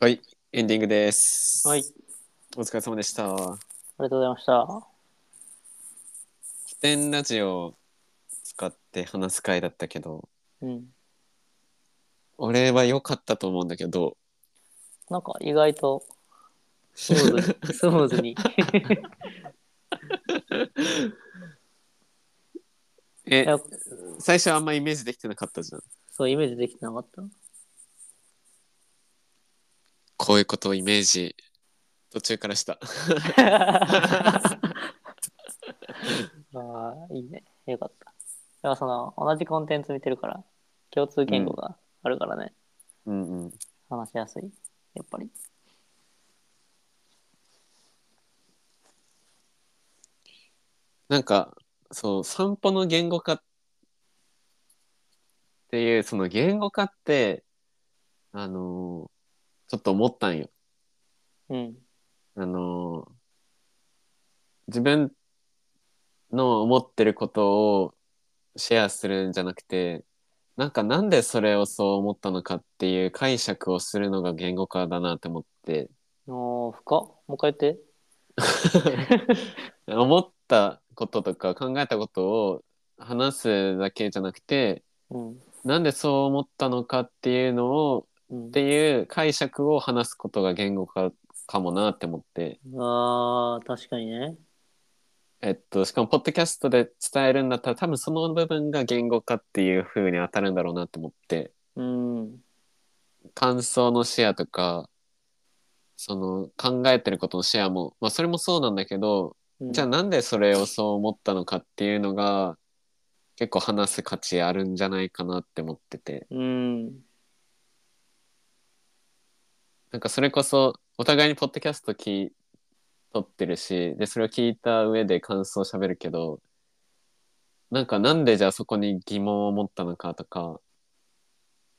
はい、エンディングです。はい。お疲れ様でした。ありがとうございました。起点ラジオを使って話す回だったけど、うん。俺は良かったと思うんだけど、なんか意外とスムーズ に、スムーズに。いえ、や最初あんまイメージできてなかったじゃん。そう、イメージできてなかった。こういうことをイメージ、途中からした。 ああ、いいね。よかった。でもその、同じコンテンツ見てるから、共通言語があるからね、うんうん。話しやすい。やっぱり。なんか、そう、散歩の言語化っていう、その言語化って、あのーちょっと思ったんよ。うん。あのー自分の思ってることをシェアするんじゃなくてなんかなんでそれをそう思ったのかっていう解釈をするのが言語化だなって思っておー、深っ。もう一回言って。思ったこととか考えたことを話すだけじゃなくてうん。なんでそう思ったのかっていうのをうんっ、ていう解釈を話すことが言語化かもなって思って。ああ、確かにね。えっと、しかも、ポッドキャストで伝えるんだったら、多分その部分が言語化っていう風に当たるんだろうなと思って、うん。感想のシェアとか、その考えてることのシェアも、まあそれもそうなんだけど、うんじゃあなんでそれをそう思ったのかっていうのが、結構話す価値あるんじゃないかなって思ってて、うん。なんかそれこそ、お互いにポッドキャスト聞い撮ってるし、で、それを聞いた上で感想を喋るけど、なんかなんでじゃあそこに疑問を持ったのかとか、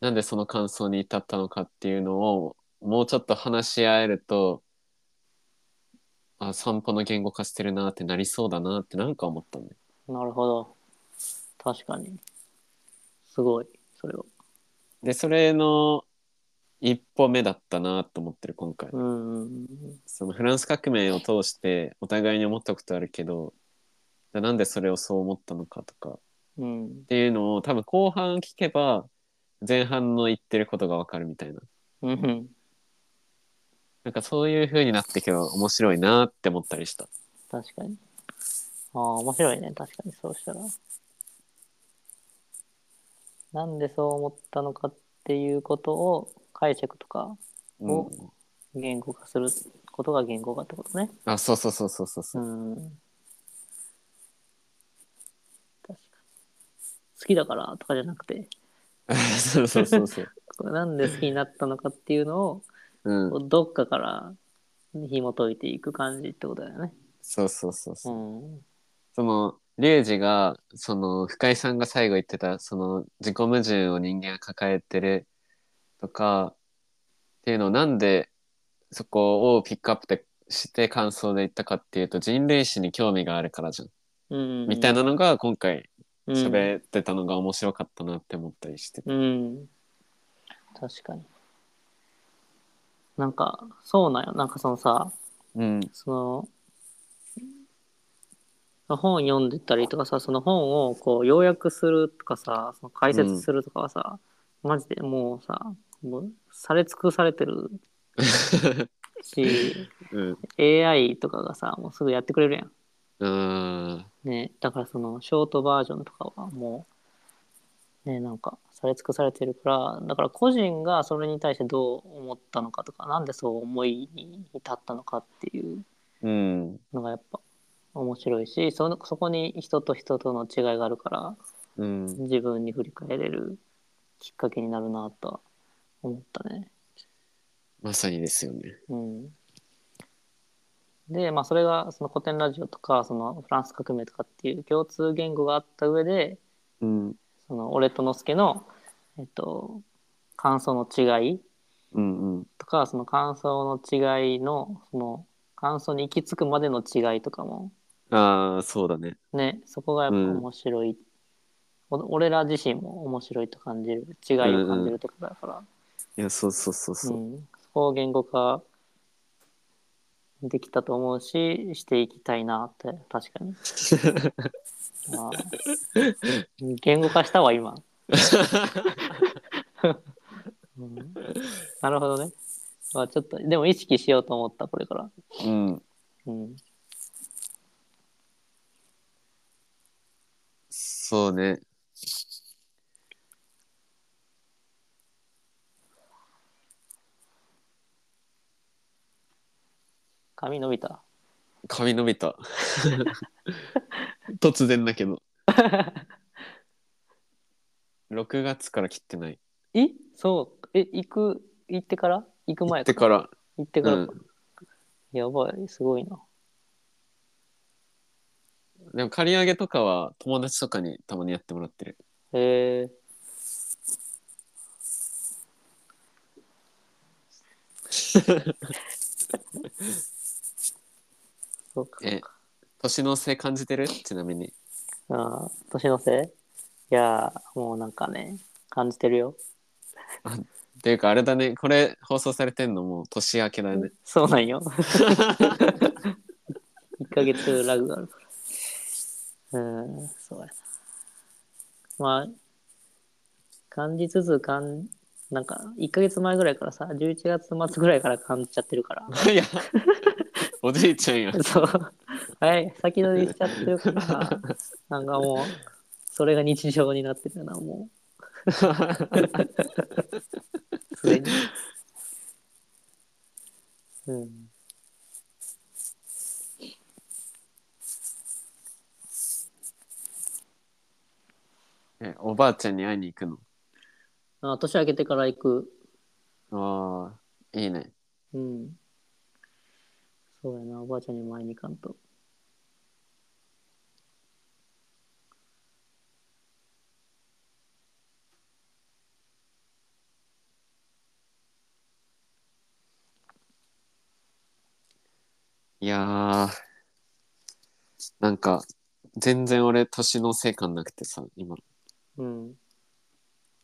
なんでその感想に至ったのかっていうのを、もうちょっと話し合えると、あ、散歩の言語化してるなってなりそうだなってなんか思ったね。なるほど。確かに。すごい、それは。で、それの一歩目だったなと思ってる今回。うんうんうん。そのフランス革命を通してお互いに思ったことあるけどじゃあなんでそれをそう思ったのかとかっうん。ていうのを多分後半聞けば前半の言ってることがわかるみたいなうん。なんかそういう風になってけば面白いなって思ったりした確かに。ああ、面白いね。確かにそうしたら。なんでそう思ったのかっていうことを解釈とかうんお言語化することが言語化ってことね。あそうそうそうそうそうう。そうん確かに。好きだからとかじゃなくて、そう そうそうそうこれなんで好きになったのかっていうのをうんこうどっかから紐解いていく感じってことだよね。そうそうそうう。そうんそのリュウジがその深井さんが最後言ってたその自己矛盾を人間が抱えてるとかっていうのをなんでそこをピックアップでして感想で言ったかっていうと人類史に興味があるからじゃん、うん、みたいなのが今回うん喋ってたのが面白かったなって思ったりして、うん。確かに。なんか、そうなんよ。なんかそのさ、うん、その、本読んでたりとかさ、その本をこう要約するとかさ、その解説するとかはさ、マジでもうさ、もうされ尽くされ てるし、うん、 AI とかがさ、もうすぐやってくれるやん。うんね、だからそのショートバージョンとかはもう、ね、なんかされ尽くされてるからだから個人がそれに対してどう思ったのかとかなんでそう思いに至ったのかっていううんのがやっぱ面白いしそのそこに人と人との違いがあるからうん自分に振り返れるきっかけになるなとは思ったね。まさにですよねうん、で、まあ、それがその古典ラジオとかそのフランス革命とかっていう共通言語があった上でうんその俺とのすけの、えっと、感想の違いうんうんとかその感想の違いのその感想に行き着くまでの違いとかもああそうだねねそこがやっぱ面白い、お俺ら自身も面白いと感じる違いを感じるところだから、いやそうそうそううそんう、そそこを言語化できたと思うししていきたいなって確 かにあー言語化したわ 今、うんなるほどね、まあ、ちょっとでも意識しようと思ったこれからうん。うんそうね。髪伸びた髪伸びた。 突然だけど。6月から切ってない。えそうえ行く行ってから行く切前ってから。行ってからか、やばいすごいなでも刈り上げとかは友達とかにたまにやってもらってる。へえ そうかえ、年の瀬感じてるちなみに。ああ年のせいいやーもうなんかね感じてるよっていうかあれだね、これ放送されてんのもう年明けだね。そうなんよ 1ヶ月ラグがあるからうんそうやなまあ感じつつ感なんか1ヶ月前ぐらいからさ11月末ぐらいから感じちゃってるからいや、おじいちゃんや。 そう。はい、先取りしちゃってるから、なんかもう、それが日常になってるな、も う、すでに。うん。えおばあちゃんに会いに行くの。あ年明けてから行く。ああ、いいね。うん。そうやな、おばあちゃんに前に行かんと。いやー、なんか、全然俺、年のせい感なくてさ、今、うん。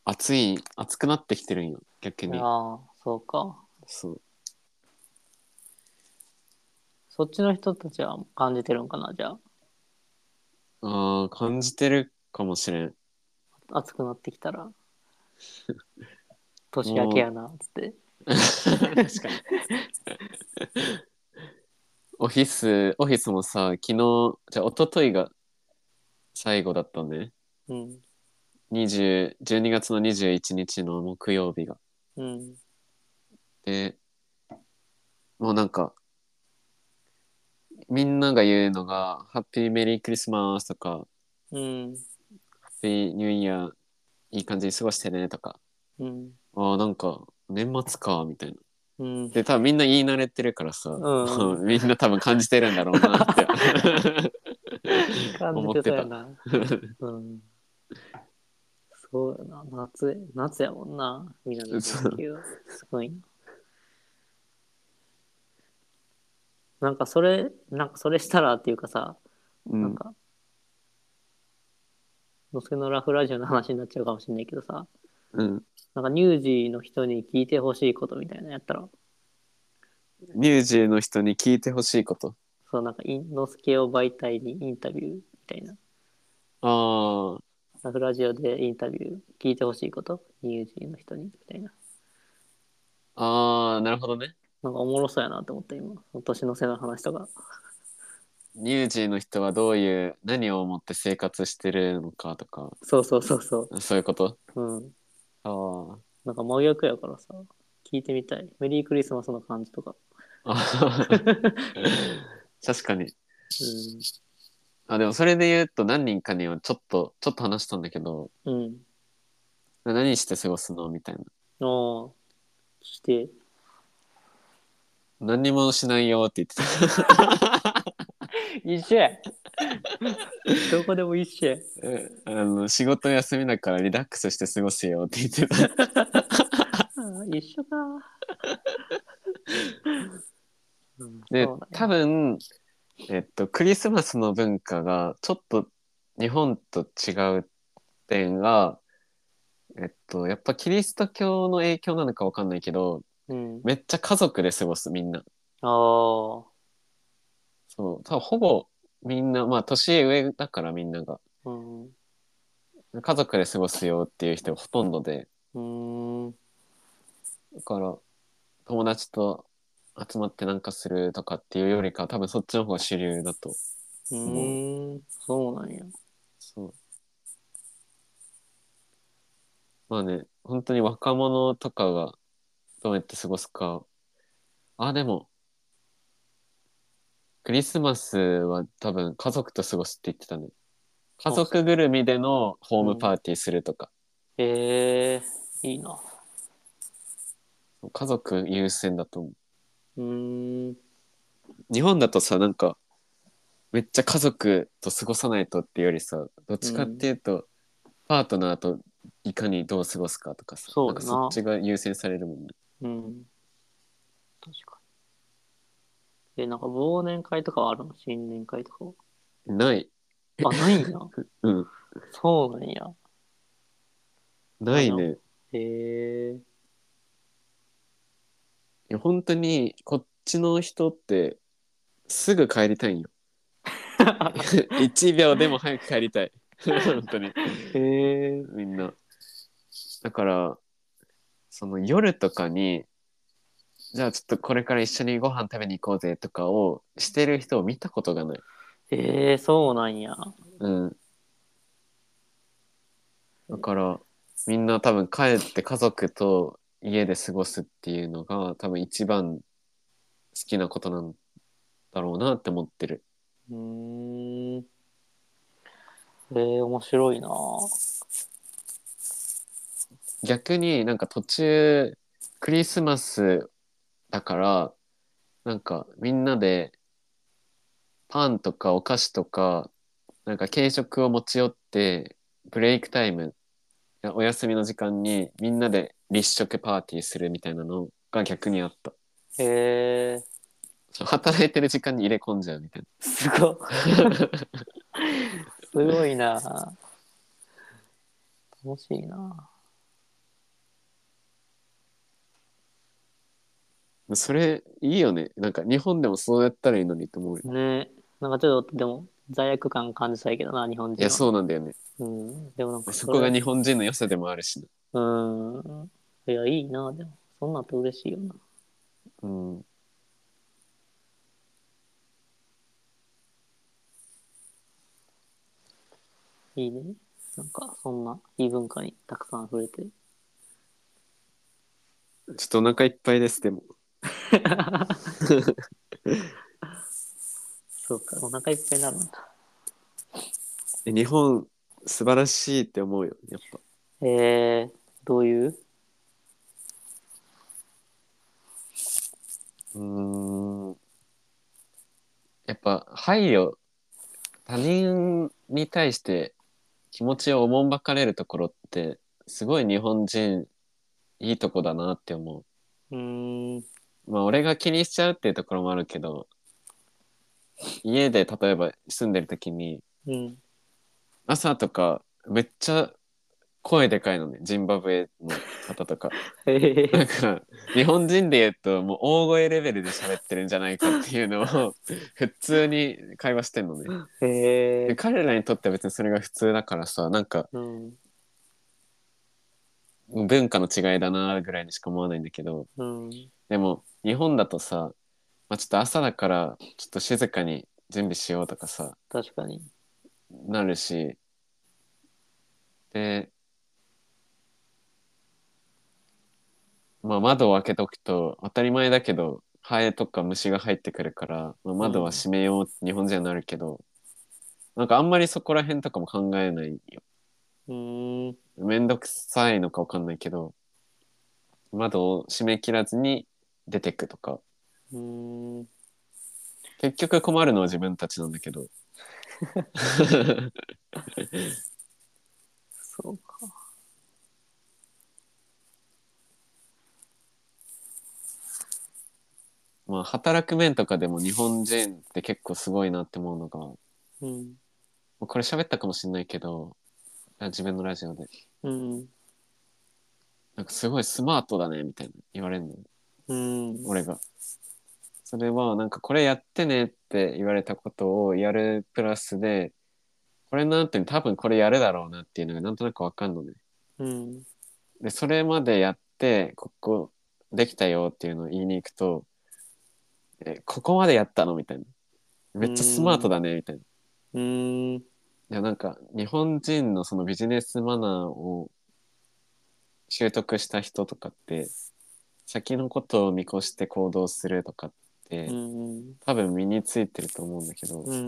暑い、暑くなってきてるんよ、逆に。ああ、そうか。そう。そっちの人たちは感じてるんかな、じゃあ。ああ、感じてるかもしれん。暑くなってき たら。年明けやな、つって。 確かに。オフィス、オフィスもさ、昨日、じゃあ、一昨日が最後だったんね。うん。 20 12月の21日の木曜日が。うん。で、もうなんか、みんなが言うのが、ハッピーメリークリスマスとか、うん。ハッピーニューイヤー、いい感じに過ごしてねとか、うん。ああ、なんか、年末か、みたいな。うん。で、多分みんな言い慣れてるからさ、う みんな多分感じてるんだろうな って。感じてたよな。うん。そうやな。夏、夏やもんな。みんなの連休。すごいな。なんかそれ、なんかそれしたらっていうかさ、うなんん、か、のすけのラフラジオの話になっちゃうかもしれないけどさ、うん。なんか乳児の人に聞いてほしいことみたいなのやったら、ニュージーの人に聞いてほしいこと。そうなんかイン、のすけを媒体にインタビューみたいな。ああ、ラフラジオでインタビュー聞いてほしいこと、乳児の人にみたいな。ああ、なるほどね。なんかおもろそうやなと思って今、その年の瀬の話とか。ニュージーの人はどういう何を思って生活してるのかとかそうそうそうそそういうことう。うん。あなんか真逆やからさ、聞いてみたい。メリークリスマスの感じとか。あ 確かにあでもそれで言うと何人かにはちょっとちょっと話したんだけどうん。うん。何して過ごすのみたいなああ、して。何にもしないよって言って一緒やどこでも一緒や。たえあの仕事休みだからリラックスして過ごせよって言って たああ一緒か。うんでそうなんや多分えっとクリスマスの文化がちょっと日本と違う点がえっとやっぱキリスト教の影響なのかわかんないけどうん。めっちゃ家族で過ごすみんな。ああ。そう多分ほぼみんなまあ年上だからみんながうん。う家族で過ごすよっていう人がほとんどでーん。だから友達と集まってなんかするとかっていうよりかは多分そっちの方が主流だとうーん。そうなんや。そうまあね本当に若者とかがどうやって過ごすかあでもクリスマスは多分家族と過ごすって言ってたね家族ぐるみでのホームパーティーするとか、へえー、いいな。家族優先だと思うーん。う日本だとさなんかめっちゃ家族と過ごさないとっていうよりさどっちかっていうと、パートナーといかにどう過ごすかとかさそうなんだなかそっちが優先されるもんねうん。確かに。え、なんか忘年会とかはあるの新年会とかは。ないあ、ないん や。うんそうなんや。ないねいへ え。や本当にこっちの人ってすぐ帰りたいんよ 1秒でも早く帰りたい 本当にへえ。みんな。だから、その夜とかに、じゃあちょっとこれから一緒にご飯食べに行こうぜとかをしてる人を見たことがない。ええ、そうなんや。うん。だから、みんな多分帰って家族と家で過ごすっていうのが多分一番好きなことなんだろうなって思ってる。うーん。ええ、面白いな。逆になんか途中クリスマスだからなんかみんなでパンとかお菓子とかなんか軽食を持ち寄ってブレイクタイムいやお休みの時間にみんなで立食パーティーするみたいなのが逆にあったへえ。そう働いてる時間に入れ込んじゃうみたいすごい。な すごいな。楽しいな。それいいよねなんか日本でもそうやったらいいのにと思うよねなんかちょっとでも罪悪感感じたいけどな、日本人は。いやそうなんだよねうん。でもなんかそこがれ日本人の良さでもあるしねうん。いや、いいな、でも。そんなんって嬉しいよな。うんいいね。なんか、そんな異文化にたくさん触れて。ちょっとお腹いっぱいです、でも。そうか、お腹いっぱいになるんだ。え日本、素晴らしいって思うよ、やっぱ。えー、どういううーん。やっぱ、配慮、他人に対して気持ちをおもんばかれるところって、すごい日本人、いいとこだなって思うーん。う。まあ、俺が気にしちゃうっていうところもあるけど、家で例えば住んでる時に、うん。 朝とか、めっちゃ声でかいのね、ジンバブエの方とか。え ー、なんか日本人で言うともう大声レベルで喋ってるんじゃないかっていうのを普通に会話してんのね。えでー、彼らにとっては別にそれが普通だからさなんかうん。文化の違いだなぐらいにしか思わないんだけどうん。でも日本だとさ、まあ、ちょっと朝だからちょっと静かに準備しようとかさ確かに。なるしで、まあ、窓を開けとくと当たり前だけどハエとか虫が入ってくるから、まあ、窓は閉めようって日本人はなるけど、なんかあんまりそこら辺とかも考えないようーん。めんどくさいのかわかんないけど窓を閉め切らずに出てくとかうーん。結局困るのは自分たちなんだけどそうか。まあ働く面とかでも日本人って結構すごいなって思うのがうん。もうこれ喋ったかもしれないけど、あ自分のラジオで、うん。なんかすごいスマートだねみたいな言われるの。うん。俺が。それはなんかこれやってねって言われたことをやるプラスでこれなんて多分これやるだろうなっていうのがなんとなくわかんのね。うん。でそれまでやってここできたよっていうのを言いに行くと「えここまでやったの?」みたいな「めっちゃスマートだね」みたいな。うん。いやなんか日本人のそのビジネスマナーを習得した人とかって先のことを見越して行動するとかってうん。多分身についてると思うんだけど、うん。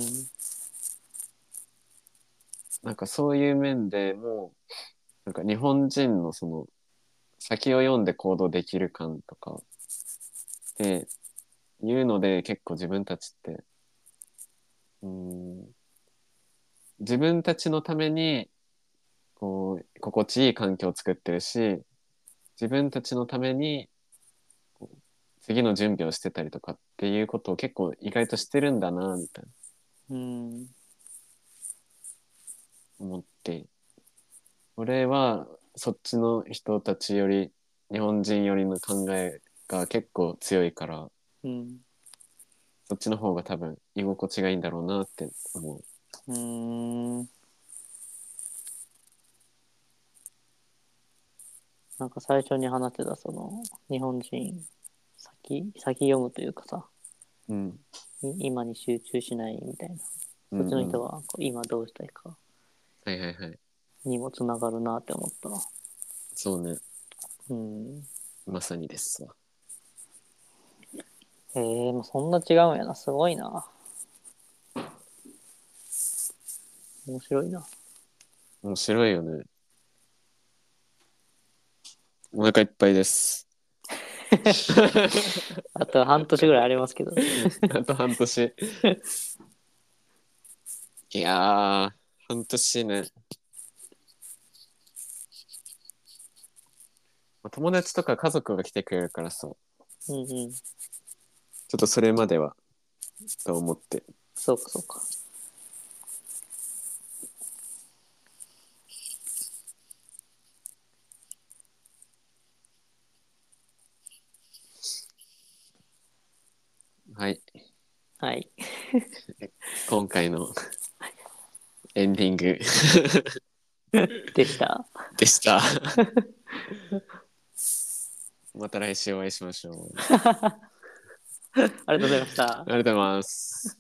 なんかそういう面でもうなんか日本人のその先を読んで行動できる感とかっていうので結構自分たちってうーん自分たちのためにこう心地いい環境を作ってるし自分たちのためにこう次の準備をしてたりとかっていうことを結構意外としてるんだなみたいなうん。思って俺はそっちの人たちより日本人よりの考えが結構強いからうん。そっちの方が多分居心地がいいんだろうなって思ううん。なんか最初に話してたその日本人先先読むというかさうん。い今に集中しないみたいなうそっちのんうん人はこう今どうしたいかはいはいはい。にもつながるなって思ったなそうね。うんまさにですわ。へえもうそんな違うんやなすごいな面白いな面白いよね。お腹いっぱいです。あと半年ぐらいありますけどあと半年。いやー、半年ね。まあ友達とか家族が来てくれるからさ、ちょうんうんっとそれまでは、と思って。そうかそうかはい、はい今回のエンディングでしたでした。また来週お会いしましょう。ありがとうございましたありがとうございます。